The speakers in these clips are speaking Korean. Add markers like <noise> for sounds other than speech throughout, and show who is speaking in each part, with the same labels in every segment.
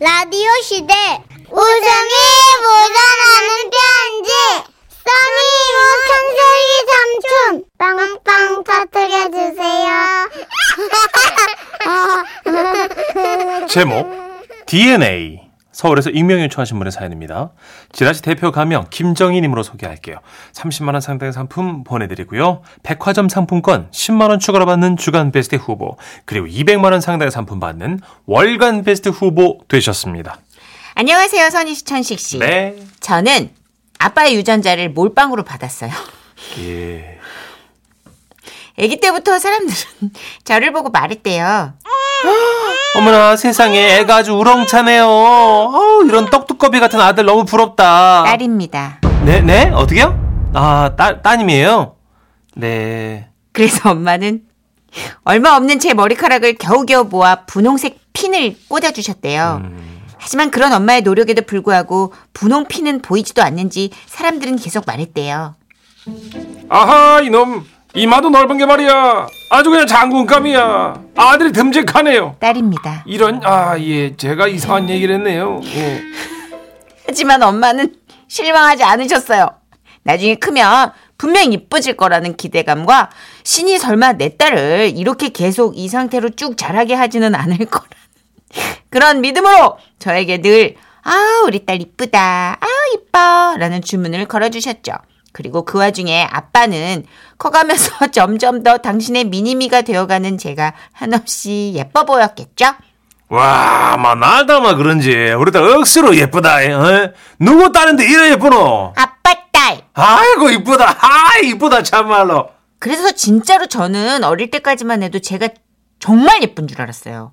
Speaker 1: 라디오 시대 웃음이 묻어나는 편지 써니 우천세기 삼촌 빵빵 터뜨려주세요
Speaker 2: 제목 DNA 서울에서 익명 요청하신 분의 사연입니다. 지라시 대표 가명 김정희님으로 소개할게요. 30만 원 상당의 상품 보내드리고요. 백화점 상품권 10만 원 추가로 받는 주간 베스트 후보 그리고 200만 원 상당의 상품 받는 월간 베스트 후보 되셨습니다.
Speaker 3: 안녕하세요, 선희 씨, 천식 씨.
Speaker 2: 네.
Speaker 3: 저는 아빠의 유전자를 몰빵으로 받았어요.
Speaker 2: 예.
Speaker 3: 아기 때부터 사람들은 <laughs> 저를 보고 말했대요.
Speaker 2: 어머나 세상에 애가 아주 우렁차네요. 어우, 이런 떡두꺼비 같은 아들 너무 부럽다.
Speaker 3: 딸입니다.
Speaker 2: 네, 네? 어떻게요? 아, 딸, 따님이에요? 네.
Speaker 3: 그래서 엄마는 얼마 없는 제 머리카락을 겨우겨우 모아 분홍색 핀을 꽂아주셨대요. 하지만 그런 엄마의 노력에도 불구하고 분홍 핀은 보이지도 않는지 사람들은 계속 말했대요.
Speaker 4: 아하 이놈 이마도 넓은 게 말이야 아주 그냥 장군감이야 아들이 듬직하네요
Speaker 3: 딸입니다.
Speaker 4: 이런 아 예 제가 이상한 얘기를 했네요 예.
Speaker 3: 하지만 엄마는 실망하지 않으셨어요. 나중에 크면 분명 이뻐질 거라는 기대감과 신이 설마 내 딸을 이렇게 계속 이 상태로 쭉 자라게 하지는 않을 거라는 그런 믿음으로 저에게 늘 아, 우리 딸 이쁘다. 아, 이뻐. 라는 주문을 걸어주셨죠. 그리고 그 와중에 아빠는 커가면서 <laughs> 점점 더 당신의 미니미가 되어가는 제가 한없이 예뻐 보였겠죠?
Speaker 2: 와, 마, 나다마 그런지. 우리 딸 억수로 예쁘다. 에? 누구 딸인데 이래 예쁘노?
Speaker 3: 아빠 딸!
Speaker 2: 아이고, 이쁘다. 아, 이쁘다, 참말로.
Speaker 3: 그래서 진짜로 저는 어릴 때까지만 해도 제가 정말 예쁜 줄 알았어요.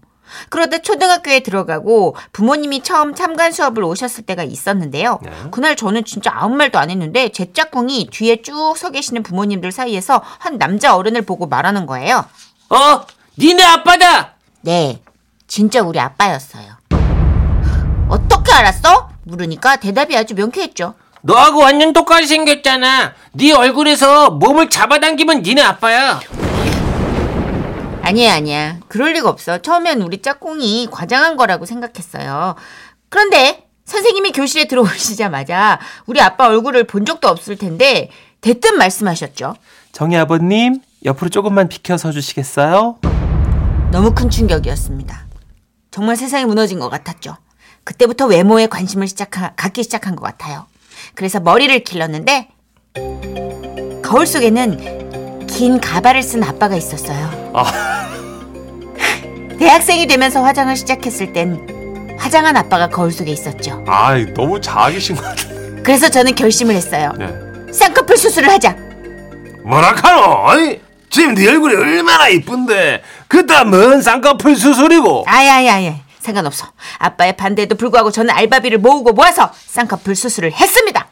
Speaker 3: 그러다 초등학교에 들어가고 부모님이 처음 참관 수업을 오셨을 때가 있었는데요.
Speaker 5: 네.
Speaker 3: 그날 저는 진짜 아무 말도 안 했는데 제 짝꿍이 뒤에 쭉 서 계시는 부모님들 사이에서 한 남자 어른을 보고 말하는 거예요.
Speaker 5: 어, 니네 아빠다.
Speaker 3: 네, 진짜 우리 아빠였어요. 어떻게 알았어? 물으니까 대답이 아주 명쾌했죠.
Speaker 5: 너하고 완전 똑같이 생겼잖아. 네 얼굴에서 몸을 잡아당기면 니네 아빠야.
Speaker 3: 아니야, 아니야. 그럴 리가 없어. 처음엔 우리 짝꿍이 과장한 거라고 생각했어요. 그런데 선생님이 교실에 들어오시자마자 우리 아빠 얼굴을 본 적도 없을 텐데 대뜸 말씀하셨죠.
Speaker 2: 정희 아버님, 옆으로 조금만 비켜서 주시겠어요?
Speaker 3: 너무 큰 충격이었습니다. 정말 세상이 무너진 것 같았죠. 그때부터 외모에 관심을 시작하, 갖기 시작한 것 같아요. 그래서 머리를 길렀는데 거울 속에는 긴 가발을 쓴 아빠가 있었어요. <laughs> 대학생이 되면서 화장을 시작했을 땐 화장한 아빠가 거울 속에 있었죠.
Speaker 2: 아이, 너무 자학이신 것 같은데.
Speaker 3: 그래서 저는 결심을 했어요.
Speaker 2: 네.
Speaker 3: 쌍꺼풀 수술을 하자.
Speaker 2: 뭐라카노? 아니, 지금 네 얼굴이 얼마나 이쁜데. 그딴 뭔 쌍꺼풀 수술이고.
Speaker 3: 아야야야 상관없어. 아빠의 반대에도 불구하고 저는 알바비를 모으고 모아서 쌍꺼풀 수술을 했습니다.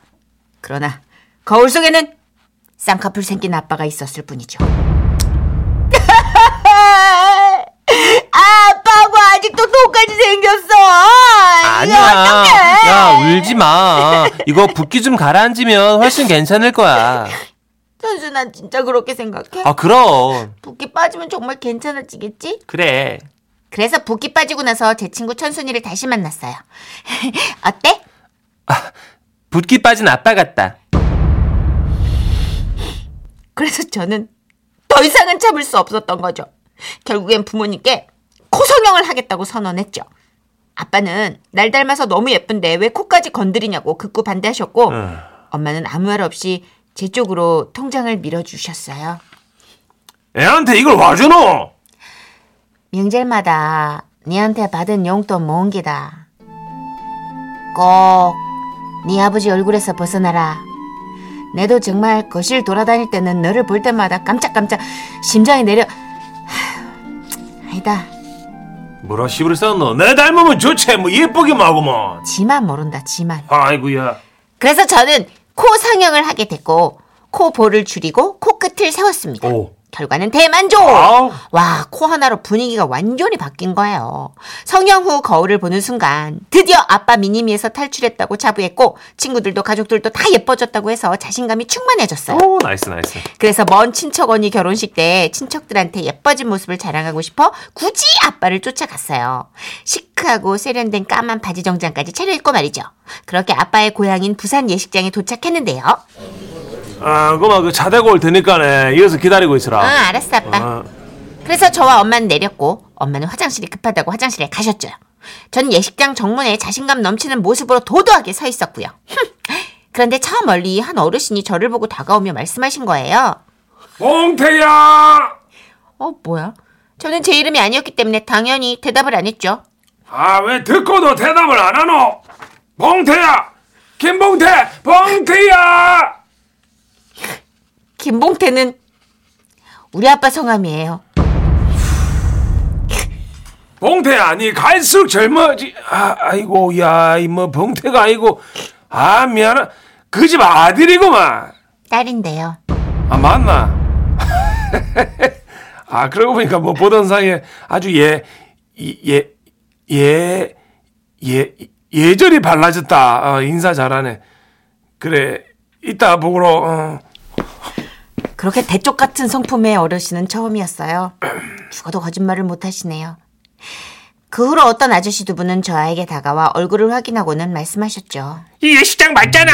Speaker 3: 그러나 거울 속에는 쌍꺼풀 생긴 아빠가 있었을 뿐이죠. <laughs> 아빠하고 아직도 똑같이 생겼어.
Speaker 2: 아니야. 야, 울지 마. 이거 붓기 좀 가라앉으면 훨씬 괜찮을 거야.
Speaker 3: 선수 난 진짜 그렇게 생각해.
Speaker 2: 아, 그럼.
Speaker 3: 붓기 빠지면 정말 괜찮아지겠지?
Speaker 2: 그래.
Speaker 3: 그래서 붓기 빠지고 나서 제 친구 천순이를 다시 만났어요. <laughs> 어때?
Speaker 2: 붓기 빠진 아빠 같다.
Speaker 3: 그래서 저는 더 이상은 참을 수 없었던 거죠. 결국엔 부모님께 코성형을 하겠다고 선언했죠. 아빠는 날 닮아서 너무 예쁜데 왜 코까지 건드리냐고 극구 반대하셨고 엄마는 아무 말 없이 제 쪽으로 통장을 밀어주셨어요.
Speaker 2: 애한테 이걸 와주노?
Speaker 3: 명절마다 니한테 받은 용돈 모은 기다. 꼭 네 아버지 얼굴에서 벗어나라. 내도 정말 거실 돌아다닐 때는 너를 볼 때마다 깜짝깜짝 심장이 내려. 하, 아니다.
Speaker 2: 뭐라 시부를 썼노? 내 닮으면 좋지 뭐 예쁘기만 하고만
Speaker 3: 지만 모른다. 지만.
Speaker 2: 아이고야
Speaker 3: 그래서 저는 코 상영을 하게 됐고 코 볼을 줄이고 코 끝을 세웠습니다.
Speaker 2: 오.
Speaker 3: 결과는 대만족!
Speaker 2: 아우.
Speaker 3: 와, 코 하나로 분위기가 완전히 바뀐 거예요. 성형 후 거울을 보는 순간 드디어 아빠 미니미에서 탈출했다고 자부했고 친구들도 가족들도 다 예뻐졌다고 해서 자신감이 충만해졌어요.
Speaker 2: 오 나이스 나이스
Speaker 3: 그래서 먼 친척 언니 결혼식 때 친척들한테 예뻐진 모습을 자랑하고 싶어 굳이 아빠를 쫓아갔어요. 식, 시크하고 세련된 까만 바지 정장까지 차려입고 말이죠. 그렇게 아빠의 고향인 부산 예식장에 도착했는데요.
Speaker 2: 아, 그만 그 차대고 올 테니까네. 이어서 기다리고
Speaker 3: 응,
Speaker 2: 있으라.
Speaker 3: 알았어, 아빠.
Speaker 2: 어.
Speaker 3: 그래서 저와 엄마는 내렸고 엄마는 화장실이 급하다고 화장실에 가셨죠. 전 예식장 정문에 자신감 넘치는 모습으로 도도하게 서 있었고요. 흠. 그런데 저 멀리 한 어르신이 저를 보고 다가오며 말씀하신 거예요.
Speaker 4: 봉태야!
Speaker 3: 어 뭐야? 저는 제 이름이 아니었기 때문에 당연히 대답을 안 했죠.
Speaker 4: 아, 왜 듣고도 대답을 안 하노? 봉태야! 김봉태! 봉태야!
Speaker 3: 김봉태는 우리 아빠 성함이에요.
Speaker 4: 봉태야, 니 갈수록 젊어지. 아, 아이고, 야, 이 뭐 봉태가 아니고. 아, 미안하. 그 집 아들이구만.
Speaker 3: 딸인데요.
Speaker 4: 아, 맞나? <laughs> 아, 그러고 보니까 뭐 보던 사이에 아주 예, 이- 예, 예, 예, 예절이 발라졌다. 어, 인사 잘하네. 그래, 이따 보고로, 어.
Speaker 3: 그렇게 대쪽 같은 성품의 어르신은 처음이었어요. 죽어도 거짓말을 못 하시네요. 그 후로 어떤 아저씨 두 분은 저에게 다가와 얼굴을 확인하고는 말씀하셨죠.
Speaker 4: 이 예식장 맞잖아.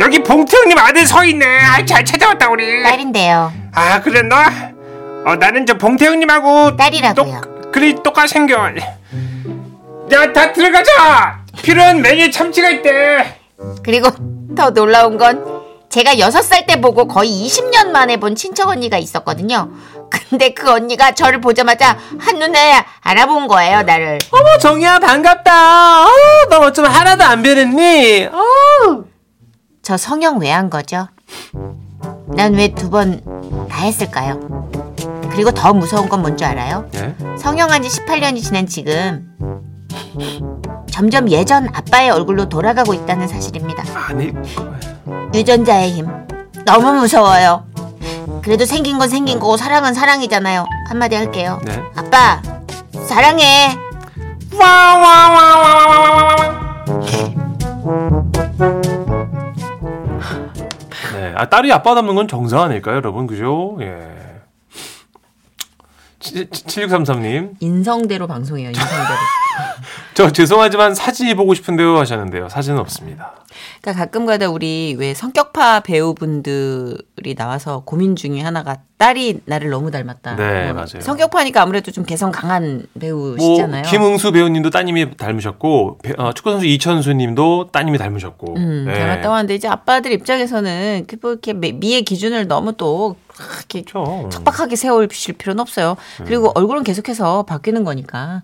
Speaker 4: 여기 봉태 형님 아들 서 있네. 아, 잘 찾아왔다, 우리.
Speaker 3: 딸인데요.
Speaker 4: 아, 그랬나? 어, 나는 저 봉태 형님하고
Speaker 3: 딸이라고요.
Speaker 4: 똑- 그리 똑같이 생겨. 야, 다 들어가자. 필요한 메뉴에 참치가 있대.
Speaker 3: 그리고 더 놀라운 건 제가 여섯 살 때 보고 거의 20년 만에 본 친척 언니가 있었거든요. 근데 그 언니가 저를 보자마자 한눈에 알아본 거예요, 나를.
Speaker 5: 어머 정이야 반갑다. 어우
Speaker 2: 뭐
Speaker 5: 너 어쩜 하나도 안 변했니? 어.
Speaker 3: 저 성형 왜 한 거죠? 난 왜 두 번 다 했을까요? 그리고 더 무서운 건 뭔 줄 알아요?
Speaker 2: 예?
Speaker 3: 성형한 지 18년이 지난 지금 점점 예전 아빠의 얼굴로 돌아가고 있다는 사실입니다.
Speaker 4: 아니,
Speaker 3: 유전자의 힘 너무 무서워요. 그래도 생긴 건 생긴 거고 사랑은 사랑이잖아요. 한마디 할게요.
Speaker 2: 네.
Speaker 3: 아빠 사랑해.
Speaker 2: 네. 아, 딸이 아빠 닮는 건 정상 아닐까요, 여러분? 그죠? 예. 7633님,
Speaker 3: 인성대로 방송해요. 인성대로.
Speaker 2: 저 죄송하지만 사진이 보고 싶은데요 하셨는데요. 사진은 없습니다.
Speaker 6: 그러니까 가끔가다 우리 왜 성격파 배우분들이 나와서 고민 중에 하나가 딸이 나를 너무 닮았다.
Speaker 2: 네,
Speaker 6: 뭐
Speaker 2: 맞아요.
Speaker 6: 성격파니까 아무래도 좀 개성 강한
Speaker 2: 뭐
Speaker 6: 배우시잖아요.
Speaker 2: 김응수 배우님도 따님이 닮으셨고 배- 어, 축구선수 이천수님도 따님이 닮으셨고.
Speaker 6: 음,
Speaker 2: 예.
Speaker 6: 닮았다고 하는데 이제 아빠들 입장에서는 이렇게 뭐 이렇게 미- 미의 기준을 너무 또 그렇게
Speaker 2: 그렇죠.
Speaker 6: 빡빡하게 세워주실 필요는 없어요. 그리고 얼굴은 계속해서 바뀌는 거니까.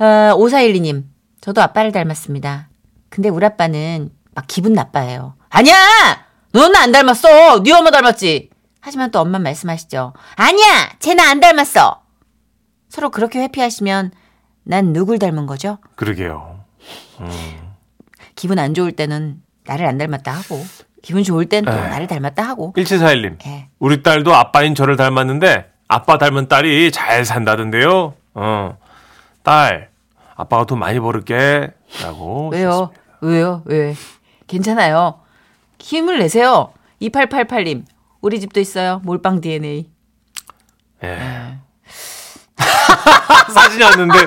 Speaker 6: 아, 5412님, 저도 아빠를 닮았습니다. 근데 우리 아빠는 막 기분 나빠해요. 아니야! 너는 안 닮았어! 네 엄마 닮았지! 하지만 또 엄마 말씀하시죠. 아니야! 쟤는 안 닮았어! 서로 그렇게 회피하시면 난 누굴 닮은 거죠?
Speaker 2: 그러게요.
Speaker 6: 기분 안 좋을 때는 나를 안 닮았다 하고, 기분 좋을 땐 또 나를 닮았다 하고.
Speaker 2: 1741님.
Speaker 6: 예.
Speaker 2: 우리 딸도 아빠인 저를 닮았는데 아빠 닮은 딸이 잘 산다던데요. 어. 딸, 아빠가 돈 많이 벌을게. 라고.
Speaker 6: 왜요? 왜요? 왜? 괜찮아요. 힘을 내세요. 2888님. 우리 집도 있어요. 몰빵 DNA.
Speaker 2: 하셨습니다.
Speaker 6: 네.
Speaker 2: 예. <laughs> 사진이 왔는데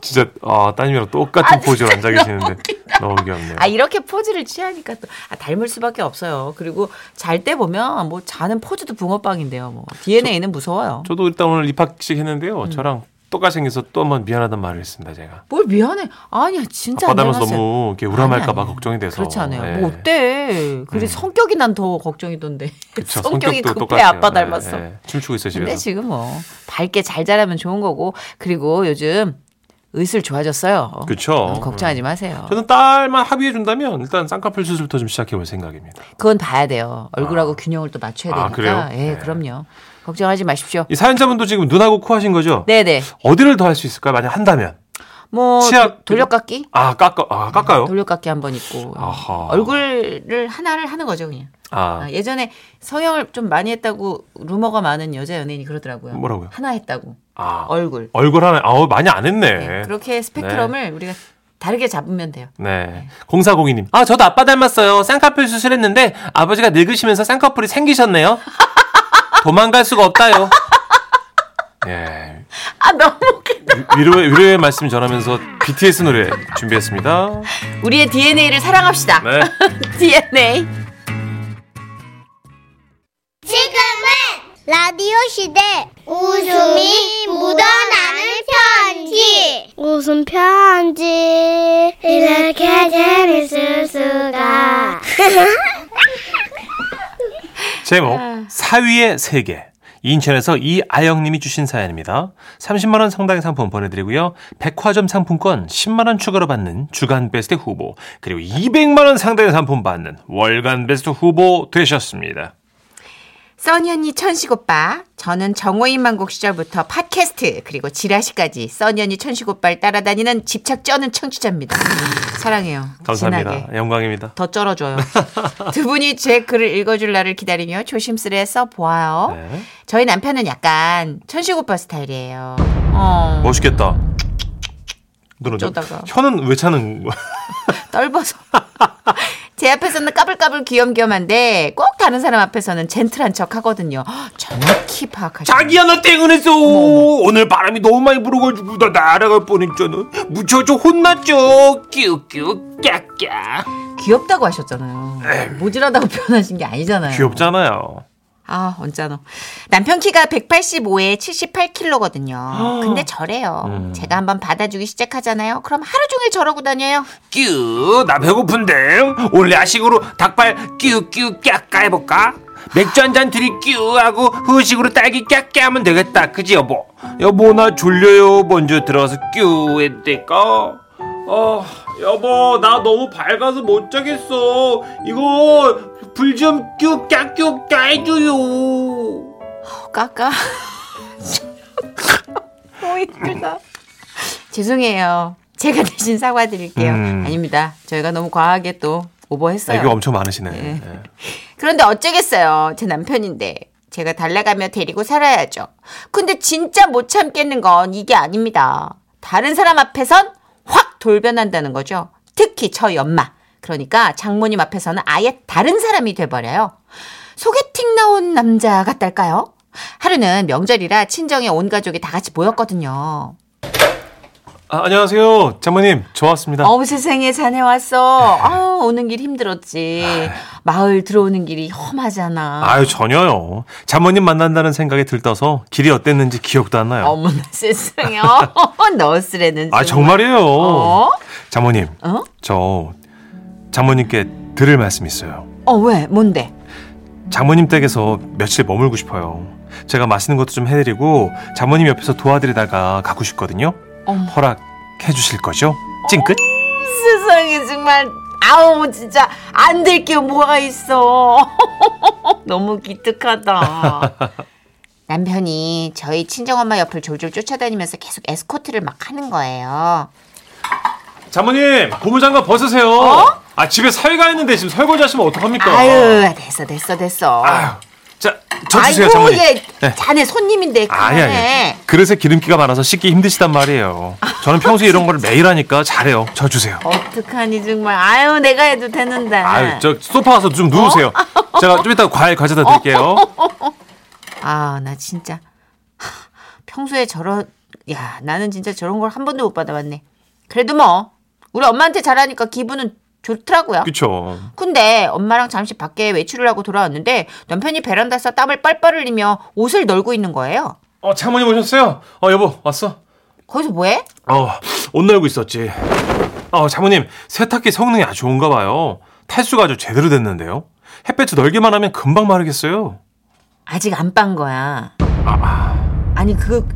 Speaker 2: 진짜 아, 따님이랑 똑같은 포즈로 앉아 계시는데 너무 귀엽네요.
Speaker 6: 아, 이렇게 포즈를 취하니까 또 아, 닮을 수밖에 없어요. 그리고 잘 때 보면 뭐 자는 포즈도 붕어빵인데요. 뭐 DNA는 무서워요.
Speaker 2: 저도 일단 오늘 입학식 했는데요.
Speaker 6: 음.
Speaker 2: 저랑 똑같이 생겨서 또 한 번 미안하단 말을 했습니다, 제가.
Speaker 6: 뭘 미안해. 아니야, 진짜
Speaker 2: 아빠
Speaker 6: 안
Speaker 2: 닮아서
Speaker 6: 닮았어요.
Speaker 2: 너무 이렇게
Speaker 6: 아니,
Speaker 2: 우람할까봐
Speaker 6: 아니.
Speaker 2: 걱정이 돼서.
Speaker 6: 그렇지 않아요.
Speaker 2: 예. 음.
Speaker 6: 뭐 어때? 그리 성격이 난 더 걱정이던데.
Speaker 2: 그쵸,
Speaker 6: 성격이 급해
Speaker 2: 성격도 똑같아요.
Speaker 6: 아빠
Speaker 2: 예,
Speaker 6: 닮았어.
Speaker 2: 예. 춤추고 있어 집에서.
Speaker 6: 근데 지금 뭐 밝게 잘 자라면 좋은 거고 그리고 요즘 의술 좋아졌어요.
Speaker 2: 그쵸.
Speaker 6: 어, 걱정하지 마세요.
Speaker 2: 아. 저는 딸만 합의해 준다면 일단 쌍꺼풀 수술부터 좀 시작해 볼 생각입니다.
Speaker 6: 그건 봐야 돼요. 얼굴하고 균형을 또 맞춰야
Speaker 2: 아,
Speaker 6: 되니까.
Speaker 2: 그래요?
Speaker 6: 예,
Speaker 2: 네.
Speaker 6: 그럼요. 걱정하지 마십시오.
Speaker 2: 이 사연자분도 지금 눈하고 코 하신 거죠?
Speaker 6: 네네.
Speaker 2: 어디를 더 할 수 있을까요? 만약 한다면.
Speaker 6: 뭐
Speaker 2: 치아-
Speaker 6: 도- 돌려깎기?
Speaker 2: 아, 깎아, 아, 깎아요?
Speaker 6: 돌려깎기 한 번 있고
Speaker 2: 아하.
Speaker 6: 얼굴을 하나를 하는 거죠 그냥.
Speaker 2: 아,
Speaker 6: 아, 예전에 성형을 좀 많이 했다고 루머가 많은 여자 연예인이 그러더라고요.
Speaker 2: 뭐라고요?
Speaker 6: 하나 했다고
Speaker 2: 아.
Speaker 6: 얼굴.
Speaker 2: 얼굴 하나, 아우, 많이 안 했네.
Speaker 6: 네, 그렇게 스펙트럼을 우리가 다르게 잡으면 돼요.
Speaker 2: 네. 공사공이님. 아, 저도 아빠 닮았어요. 쌍꺼풀 수술했는데 아버지가 늙으시면서 <laughs> 쌍꺼풀이 생기셨네요. 도망갈 수가 없다요. 예.
Speaker 3: 아 너무 웃긴다.
Speaker 2: 위로의, 위로의 말씀 전하면서 BTS 노래 준비했습니다.
Speaker 3: 우리의 DNA를 사랑합시다.
Speaker 2: 네.
Speaker 3: <laughs> DNA.
Speaker 1: 지금은 라디오 시대 웃음이 묻어나는 편지 웃음 편지 이렇게 재밌을 수가
Speaker 2: 제목
Speaker 3: 아.
Speaker 2: 사위의 세계 인천에서 이아영님이 주신 사연입니다. 30만 원 상당의 상품 보내드리고요. 백화점 상품권 10만 원 추가로 받는 주간 베스트 후보 그리고 200만 원 상당의 상품 받는 월간 베스트 후보 되셨습니다.
Speaker 3: 써니 언니 천식 오빠. 저는 정호인만곡 시절부터 팟캐스트 그리고 지라시까지 써니 언니 천식 오빠를 따라다니는 집착
Speaker 2: <laughs>
Speaker 3: 쩌는 청취자입니다. 사랑해요.
Speaker 2: 감사합니다. 예.
Speaker 3: 진하게.
Speaker 2: 영광입니다.
Speaker 3: 더
Speaker 2: <laughs>
Speaker 3: 쩔어줘요. 두 분이 제 글을 읽어줄 날을 기다리며 조심스레 써보아요.
Speaker 2: 네.
Speaker 3: 저희 남편은 약간 천식 오빠 스타일이에요. 어,
Speaker 2: 멋있겠다. 눈은 좀-
Speaker 3: 어쩌다가. 네.
Speaker 2: 혀는 왜 차는 거야?
Speaker 3: 떨버서. <laughs> 제 앞에서는 까불까불 귀염귀염한데 꼭 다른 사람 앞에서는 젠틀한 척 하거든요. <gasps> 헉, 정확히 파악하시네요.
Speaker 4: 자기야 나 땡은했어 오늘 바람이 너무 많이 불어가지고 나 날아갈 뻔했잖아
Speaker 5: 무쳐줘 혼났죠. 끼우끼우 깍깍.
Speaker 3: 귀엽다고 하셨잖아요. 모질하다고 표현하신 게 아니잖아요.
Speaker 2: 귀엽잖아요.
Speaker 3: 아, 언짢어. 남편 키가 185에 78kg거든요. 근데 저래요. 제가 한번 받아주기 시작하잖아요. 그럼 하루 종일 저러고 다녀요.
Speaker 5: 끼우 나 배고픈데 오늘 야식으로 닭발 끼우끼우 깍깍 해볼까? 맥주 한 잔 들이 끼우하고 후식으로 딸기 깍깍 하면 되겠다. 그지 여보?
Speaker 4: 여보 나 졸려요 먼저 들어가서 끼워야 될까? 어 여보 나 너무 밝아서 못 자겠어 이거 불 좀 끼워 끼워 끼워 해줘요
Speaker 3: 어, 까까. 너무 힘들다. 죄송해요. 제가 대신 사과드릴게요.
Speaker 2: 음. 아,
Speaker 3: 아닙니다. 저희가 너무 과하게 또 오버했어요.
Speaker 2: 애교 엄청 많으시네. 네.
Speaker 3: 그런데 어쩌겠어요. 제 남편인데. 제가 달래가며 데리고 살아야죠. 근데 진짜 못 참겠는 건 이게 아닙니다. 다른 사람 앞에선 확 돌변한다는 거죠. 특히 저희 엄마. 그러니까 장모님 앞에서는 아예 다른 사람이 돼버려요. 소개팅 나온 남자 같달까요? 하루는 명절이라 친정에 온 가족이 다 같이 모였거든요.
Speaker 2: 아, 안녕하세요. 장모님, 저 왔습니다.
Speaker 3: 어우 세상에 자네 왔어. 아 오는 길 힘들었지. 마을 들어오는 길이 험하잖아.
Speaker 2: 아유, 전혀요. 장모님 만난다는 생각에 들떠서 길이 어땠는지 기억도 안 나요.
Speaker 3: 어머나 <laughs> 세상에 어, 너스레는
Speaker 2: 아,
Speaker 3: 정말.
Speaker 2: 정말이에요.
Speaker 3: 그렇죠. 어?
Speaker 2: 장모님,
Speaker 3: 어?
Speaker 2: 저 장모님께 들을 말씀 있어요.
Speaker 3: 어 왜? 뭔데?
Speaker 2: 장모님 댁에서 며칠 머물고 싶어요. 제가 맛있는 것도 좀 해드리고 장모님 옆에서 도와드리다가 가고 싶거든요.
Speaker 3: 어머.
Speaker 2: 허락해 주실 거죠? 찡긋?
Speaker 3: 세상에 정말 아우 진짜 안 될 게 뭐가 있어. <laughs> 너무
Speaker 2: <laughs>
Speaker 3: 기특하다. 남편이 저희 친정엄마 옆을 졸졸 쫓아다니면서 계속 에스코트를 막 하는 거예요.
Speaker 2: 장모님, 고무장갑 벗으세요. 아, 집에 사위가 있는데 지금 설거지 하시면 어떡합니까?
Speaker 3: 어? 아유 됐어 됐어 됐어.
Speaker 2: 아유. 자, 저 주세요,
Speaker 3: 아이고 예. 네.
Speaker 2: 장모님.
Speaker 3: 얘
Speaker 2: 네.
Speaker 3: 자네 손님인데
Speaker 2: 아니
Speaker 3: 그만해.
Speaker 2: 아니 그릇에 기름기가 많아서 씻기 힘드시단 말이에요. 저는 평소에 이런 걸 매일 하니까 잘해요. 저 주세요.
Speaker 3: 어떡하니 정말 아유 내가 해도 되는데.
Speaker 2: 아유 저 소파 가서 좀 누우세요.
Speaker 3: 어? <laughs>
Speaker 2: 제가 좀 이따 과일 가져다 드릴게요.
Speaker 3: 아, 나 진짜. 하, 평소에 저런, 야, 나는 진짜 저런 걸 한 번도 못 받아봤네. 그래도 뭐, 우리 엄마한테 잘하니까 기분은 좋더라고요.
Speaker 2: 그쵸.
Speaker 3: 근데 엄마랑 잠시 밖에 외출을 하고 돌아왔는데 남편이 베란다에서 땀을 뻘뻘 흘리며 옷을 널고 있는 거예요.
Speaker 2: 어 장모님 오셨어요? 어 여보 왔어?
Speaker 3: 거기서 뭐해?
Speaker 2: 어옷 널고 있었지. 어 장모님 세탁기 성능이 아주 좋은가 봐요. 탈수가 아주 제대로 됐는데요. 햇볕이 널기만 하면 금방 마르겠어요.
Speaker 3: 아직 안 빤 거야. 아니, 그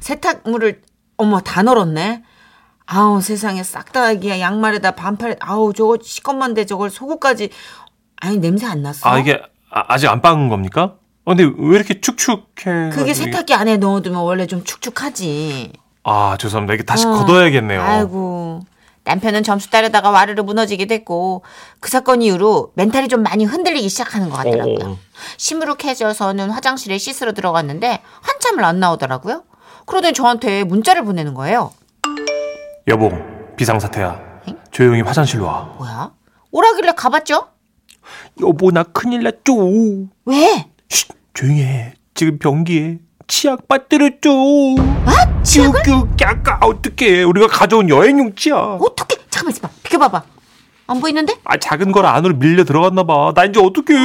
Speaker 3: 세탁물을, 어머, 다 널었네. 아우, 세상에 싹 다 아기야. 양말에다 반팔에, 아우, 저거 시건만데 저걸 속옷까지. 아니, 냄새 안 났어.
Speaker 2: 아 이게 아, 직안 빻은 겁니까? 어, 근데 왜 이렇게 축축해?
Speaker 3: 그게 세탁기 안에 넣어두면 원래 좀 축축하지.
Speaker 2: 아 죄송합니다. 이게 다시
Speaker 3: 어.
Speaker 2: 걷어야겠네요.
Speaker 3: 아이고. 남편은 점수 따려다가 와르르 무너지게 됐고 그 사건 이후로 멘탈이 좀 많이 흔들리기 시작하는 것
Speaker 2: 어, 어.
Speaker 3: 같더라고요. 시무룩해져서는 화장실에 씻으러 들어갔는데 한참을 안 나오더라고요. 그러더니 저한테 문자를 보내는 거예요.
Speaker 2: 여보 비상사태야 조용히 화장실로 와
Speaker 3: 뭐야? 오라길래 가봤죠?
Speaker 2: 여보 나 큰일 났죠
Speaker 3: 왜?
Speaker 2: 쉿, 조용히 해 지금 변기에
Speaker 7: 치약 빠뜨렸죠. 아, 치약을? 까 어떡해. 우리가 가져온 여행용 치약.
Speaker 3: 어떻게? 잠깐만 있어봐. 비켜봐봐. 안 보이는데?
Speaker 2: 아 작은 거라 안으로 밀려 들어갔나 봐. 나 이제 어떡해.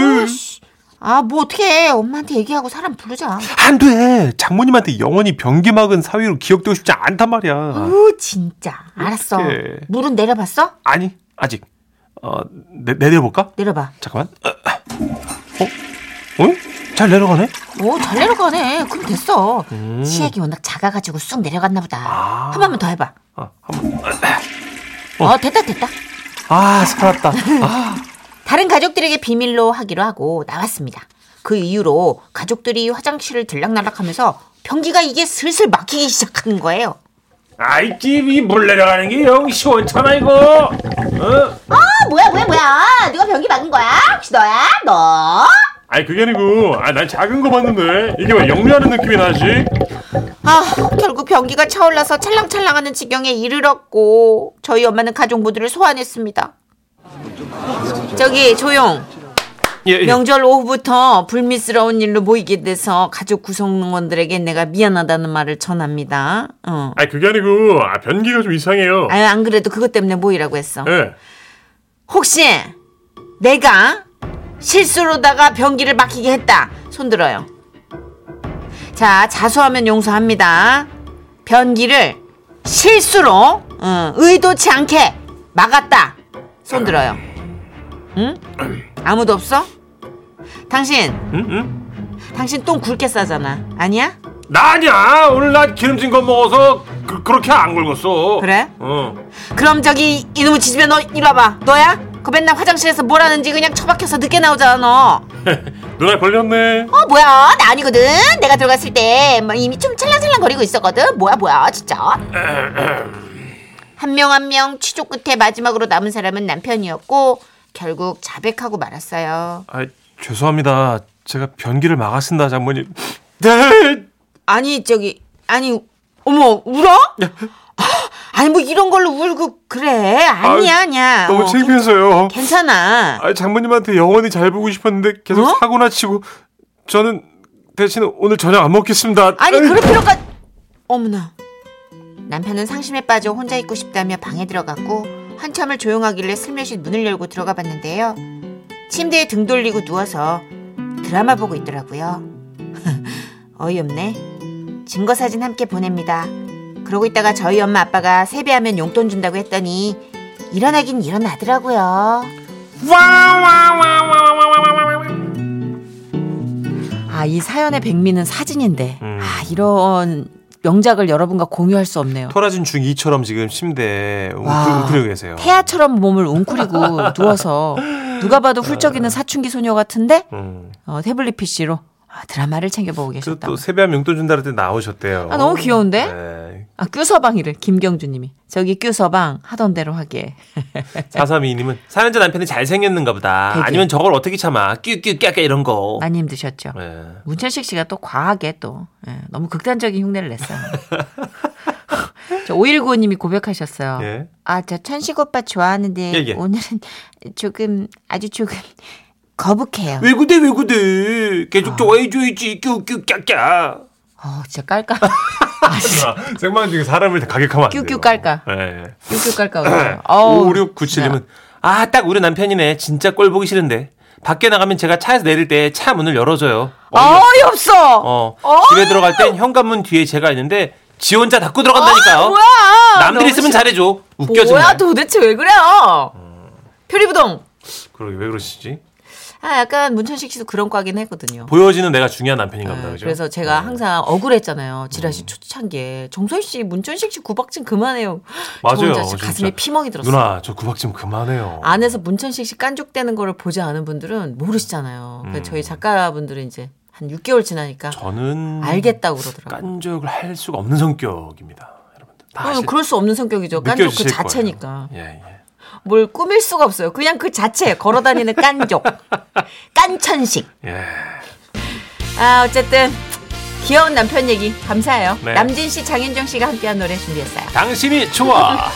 Speaker 3: 아, 뭐 어떻게 해. 엄마한테 얘기하고 사람 부르자.
Speaker 2: 안 돼. 장모님한테 영원히 변기 막은 사위로 기억되고 싶지 않단 말이야.
Speaker 3: 오, 진짜. 알았어.
Speaker 2: 어떡해.
Speaker 3: 물은 내려봤어?
Speaker 2: 아니 아직. 어 내, 내려볼까?
Speaker 3: 내려봐.
Speaker 2: 잠깐만. 어? 어? 잘 내려가네.
Speaker 3: 오, 잘 내려가네. 그럼 됐어. 치액이 워낙 작아가지고 쑥 내려갔나 보다. 한 번만 더 해봐.
Speaker 2: 아, 한번.
Speaker 3: 어, 됐다, 됐다.
Speaker 2: 아 스카났다. 아,
Speaker 3: 다른 가족들에게 비밀로 하기로 하고 나왔습니다. 그 이후로 가족들이 화장실을 들락날락하면서 변기가 이게 슬슬 막히기 시작하는 거예요.
Speaker 4: 아이 집이 물 내려가는 게 영 시원찮아 이거. 어?
Speaker 3: 아 뭐야 뭐야 뭐야? 누가 변기 막은 거야? 혹시 너야? 너?
Speaker 4: 아니 그게 아니고, 아난 작은 거 봤는데 이게 왜 영리하는 느낌이 나지?
Speaker 3: 아 결국 변기가 차올라서 찰랑찰랑하는 지경에 이르렀고 저희 엄마는 가족 모두를 소환했습니다. 저기 조용.
Speaker 2: 예, 예.
Speaker 3: 명절 오후부터 불미스러운 일로 모이게 돼서 가족 구성원들에게 내가 미안하다는 말을 전합니다. 어.
Speaker 4: 아니 그게 아니고, 아 변기가 좀 이상해요.
Speaker 3: 아유 안 그래도 그것 때문에 모이라고 했어.
Speaker 4: 예.
Speaker 3: 혹시 내가 실수로다가 변기를 막히게 했다. 손 들어요. 자 자수하면 용서합니다. 변기를 실수로 어, 의도치 않게 막았다. 손 들어요. 응? 아무도 없어? 당신. 당신 똥 굵게 싸잖아. 아니야?
Speaker 4: 나 아니야. 오늘 나 기름진 거 먹어서 그, 그렇게 안 긁었어.
Speaker 3: 그래?
Speaker 4: 어.
Speaker 3: 그럼 저기 이놈의 지집에 너 이리 와봐. 너야? 그 맨날 화장실에서 뭘 하는지 그냥 처박혀서 늦게 나오잖아 너.
Speaker 4: 누나 걸렸네.
Speaker 3: 어 뭐야 나 아니거든 내가 들어갔을 때뭐 이미 좀 찰랑찰랑 거리고 있었거든 뭐야 뭐야 진짜 한 명 한 명 취조 끝에 마지막으로 남은 사람은 남편이었고 결국 자백하고 말았어요
Speaker 2: 아, 죄송합니다. 제가 변기를 막았습니다, 장모님. 네.
Speaker 3: 아니 저기 아니 어머 울어? 아니 뭐 이런 걸로 울고 그래 아니야 아니야
Speaker 2: 너무
Speaker 3: 어,
Speaker 2: 창피해서요.
Speaker 3: 괜찮아
Speaker 2: 아, 장모님한테 영원히 잘 보고 싶었는데 계속
Speaker 3: 어?
Speaker 2: 사고나 치고 저는 대신 오늘 저녁 안 먹겠습니다.
Speaker 3: 아니
Speaker 2: 에이.
Speaker 3: 그럴 필요가 어머나 남편은 상심에 빠져 혼자 있고 싶다며 방에 들어갔고 한참을 조용하길래 슬며시 문을 열고 들어가 봤는데요 침대에 등 돌리고 누워서 드라마 보고 있더라고요 <laughs> 어이없네 증거사진 함께 보냅니다 그러고 있다가 저희 엄마 아빠가 세배하면 용돈 준다고 했더니 일어나긴 일어나더라고요 아 이 사연의 백미는 사진인데 아 이런 명작을 여러분과 공유할 수 없네요
Speaker 2: 토라진 중2처럼 지금 침대에
Speaker 3: 와.
Speaker 2: 웅크리고 계세요.
Speaker 3: 태아처럼 어.
Speaker 2: <laughs>
Speaker 3: 몸을 웅크리고 누워서 누가
Speaker 2: 어.
Speaker 3: 봐도 훌쩍이는 사춘기 소녀 같은데
Speaker 2: 음.
Speaker 3: 어, 태블릿 PC로 아, 드라마를 챙겨보고
Speaker 2: 그래서
Speaker 3: 계셨다.
Speaker 2: 또 세배한 용돈 준다 그럴 때 나오셨대요.
Speaker 3: 아 너무 귀여운데?
Speaker 2: 네.
Speaker 3: 아 뀨서방이래 김경주님이 저기 뀨서방 하던 대로 하게.
Speaker 2: 어. 432님은 사연자 남편이 잘생겼는가 보다.
Speaker 3: 되게.
Speaker 2: 아니면 저걸 어떻게 참아. 끼끼끼끼 이런 거.
Speaker 3: 많이 힘드셨죠.
Speaker 2: 네.
Speaker 3: 문천식 씨가 또 과하게 또 예, 너무 극단적인 흉내를 냈어요. <laughs> 저 5195님이 고백하셨어요.
Speaker 2: 예.
Speaker 3: 아 저 천식 오빠 좋아하는데
Speaker 2: 예, 예.
Speaker 3: 오늘은 조금 아주 조금 거북해요.
Speaker 7: 왜 그대 왜 그대 계속 좋아해줘야지 끼우끼우 깨깨
Speaker 3: 어 진짜 <laughs> 아, 깔깔
Speaker 2: 아, 생방 중에 사람을 다 가격하면 안 돼요.
Speaker 3: 뀨뀨 깔까.
Speaker 2: 네.
Speaker 3: 육육 깔까 웃어요. 어우, 네.
Speaker 2: 5697님은 아 딱 우리 남편이네 진짜 꼴 보기 싫은데 밖에 나가면 제가 차에서 내릴 때 차 문을 열어줘요
Speaker 3: 어이없어.
Speaker 2: 어, 집에 들어갈 땐 현관문 뒤에 제가 있는데 지 혼자 닫고 들어간다니까요
Speaker 3: 뭐야?
Speaker 2: 남들
Speaker 3: 너무
Speaker 2: 있으면
Speaker 3: 싫어.
Speaker 2: 잘해줘 음. 웃겨
Speaker 3: 뭐야
Speaker 2: 정말
Speaker 3: 도대체 왜 그래요? 표리부동.
Speaker 2: 그러게 왜 그러시지
Speaker 3: 아 약간 문천식 씨도 그런 과긴 했거든요.
Speaker 2: 보여지는 내가 중요한 남편인가 보다
Speaker 3: 네,
Speaker 2: 그죠 음.
Speaker 3: 그래서 제가 항상 억울했잖아요. 지라시 초창기에 정선 씨, 문천식 씨 구박진 그만해요.
Speaker 2: 맞아요,
Speaker 3: 저 혼자 진짜
Speaker 2: 진짜.
Speaker 3: 가슴에 피멍이 들었어요. 아,
Speaker 2: 누나 저 구박좀 그만해요
Speaker 3: 안에서 문천식 씨 깐죽대는 거를 보지 않은 분들은 모르시잖아요. 그래서
Speaker 2: 음.
Speaker 3: 저희 작가분들은 이제 한 6개월 지나니까
Speaker 2: 저는
Speaker 3: 알겠다고 그러더라고요.
Speaker 2: 깐족을 할 수가 없는 성격입니다 여러분들 다
Speaker 3: 어,
Speaker 2: 아실
Speaker 3: 그럴 수 없는 성격이죠. 깐족 그
Speaker 2: 느껴지실 거예요.
Speaker 3: 자체니까.
Speaker 2: 예, 예.
Speaker 3: 뭘 꾸밀 수가 없어요. 그냥 그 자체 걸어다니는
Speaker 2: <laughs>
Speaker 3: 깐족. 깐천식.
Speaker 2: 예.
Speaker 3: 아 어쨌든 귀여운 남편 얘기 감사해요.
Speaker 2: 네.
Speaker 3: 남진 씨, 장윤정 씨가 함께한 노래 준비했어요.
Speaker 2: 당신이 좋아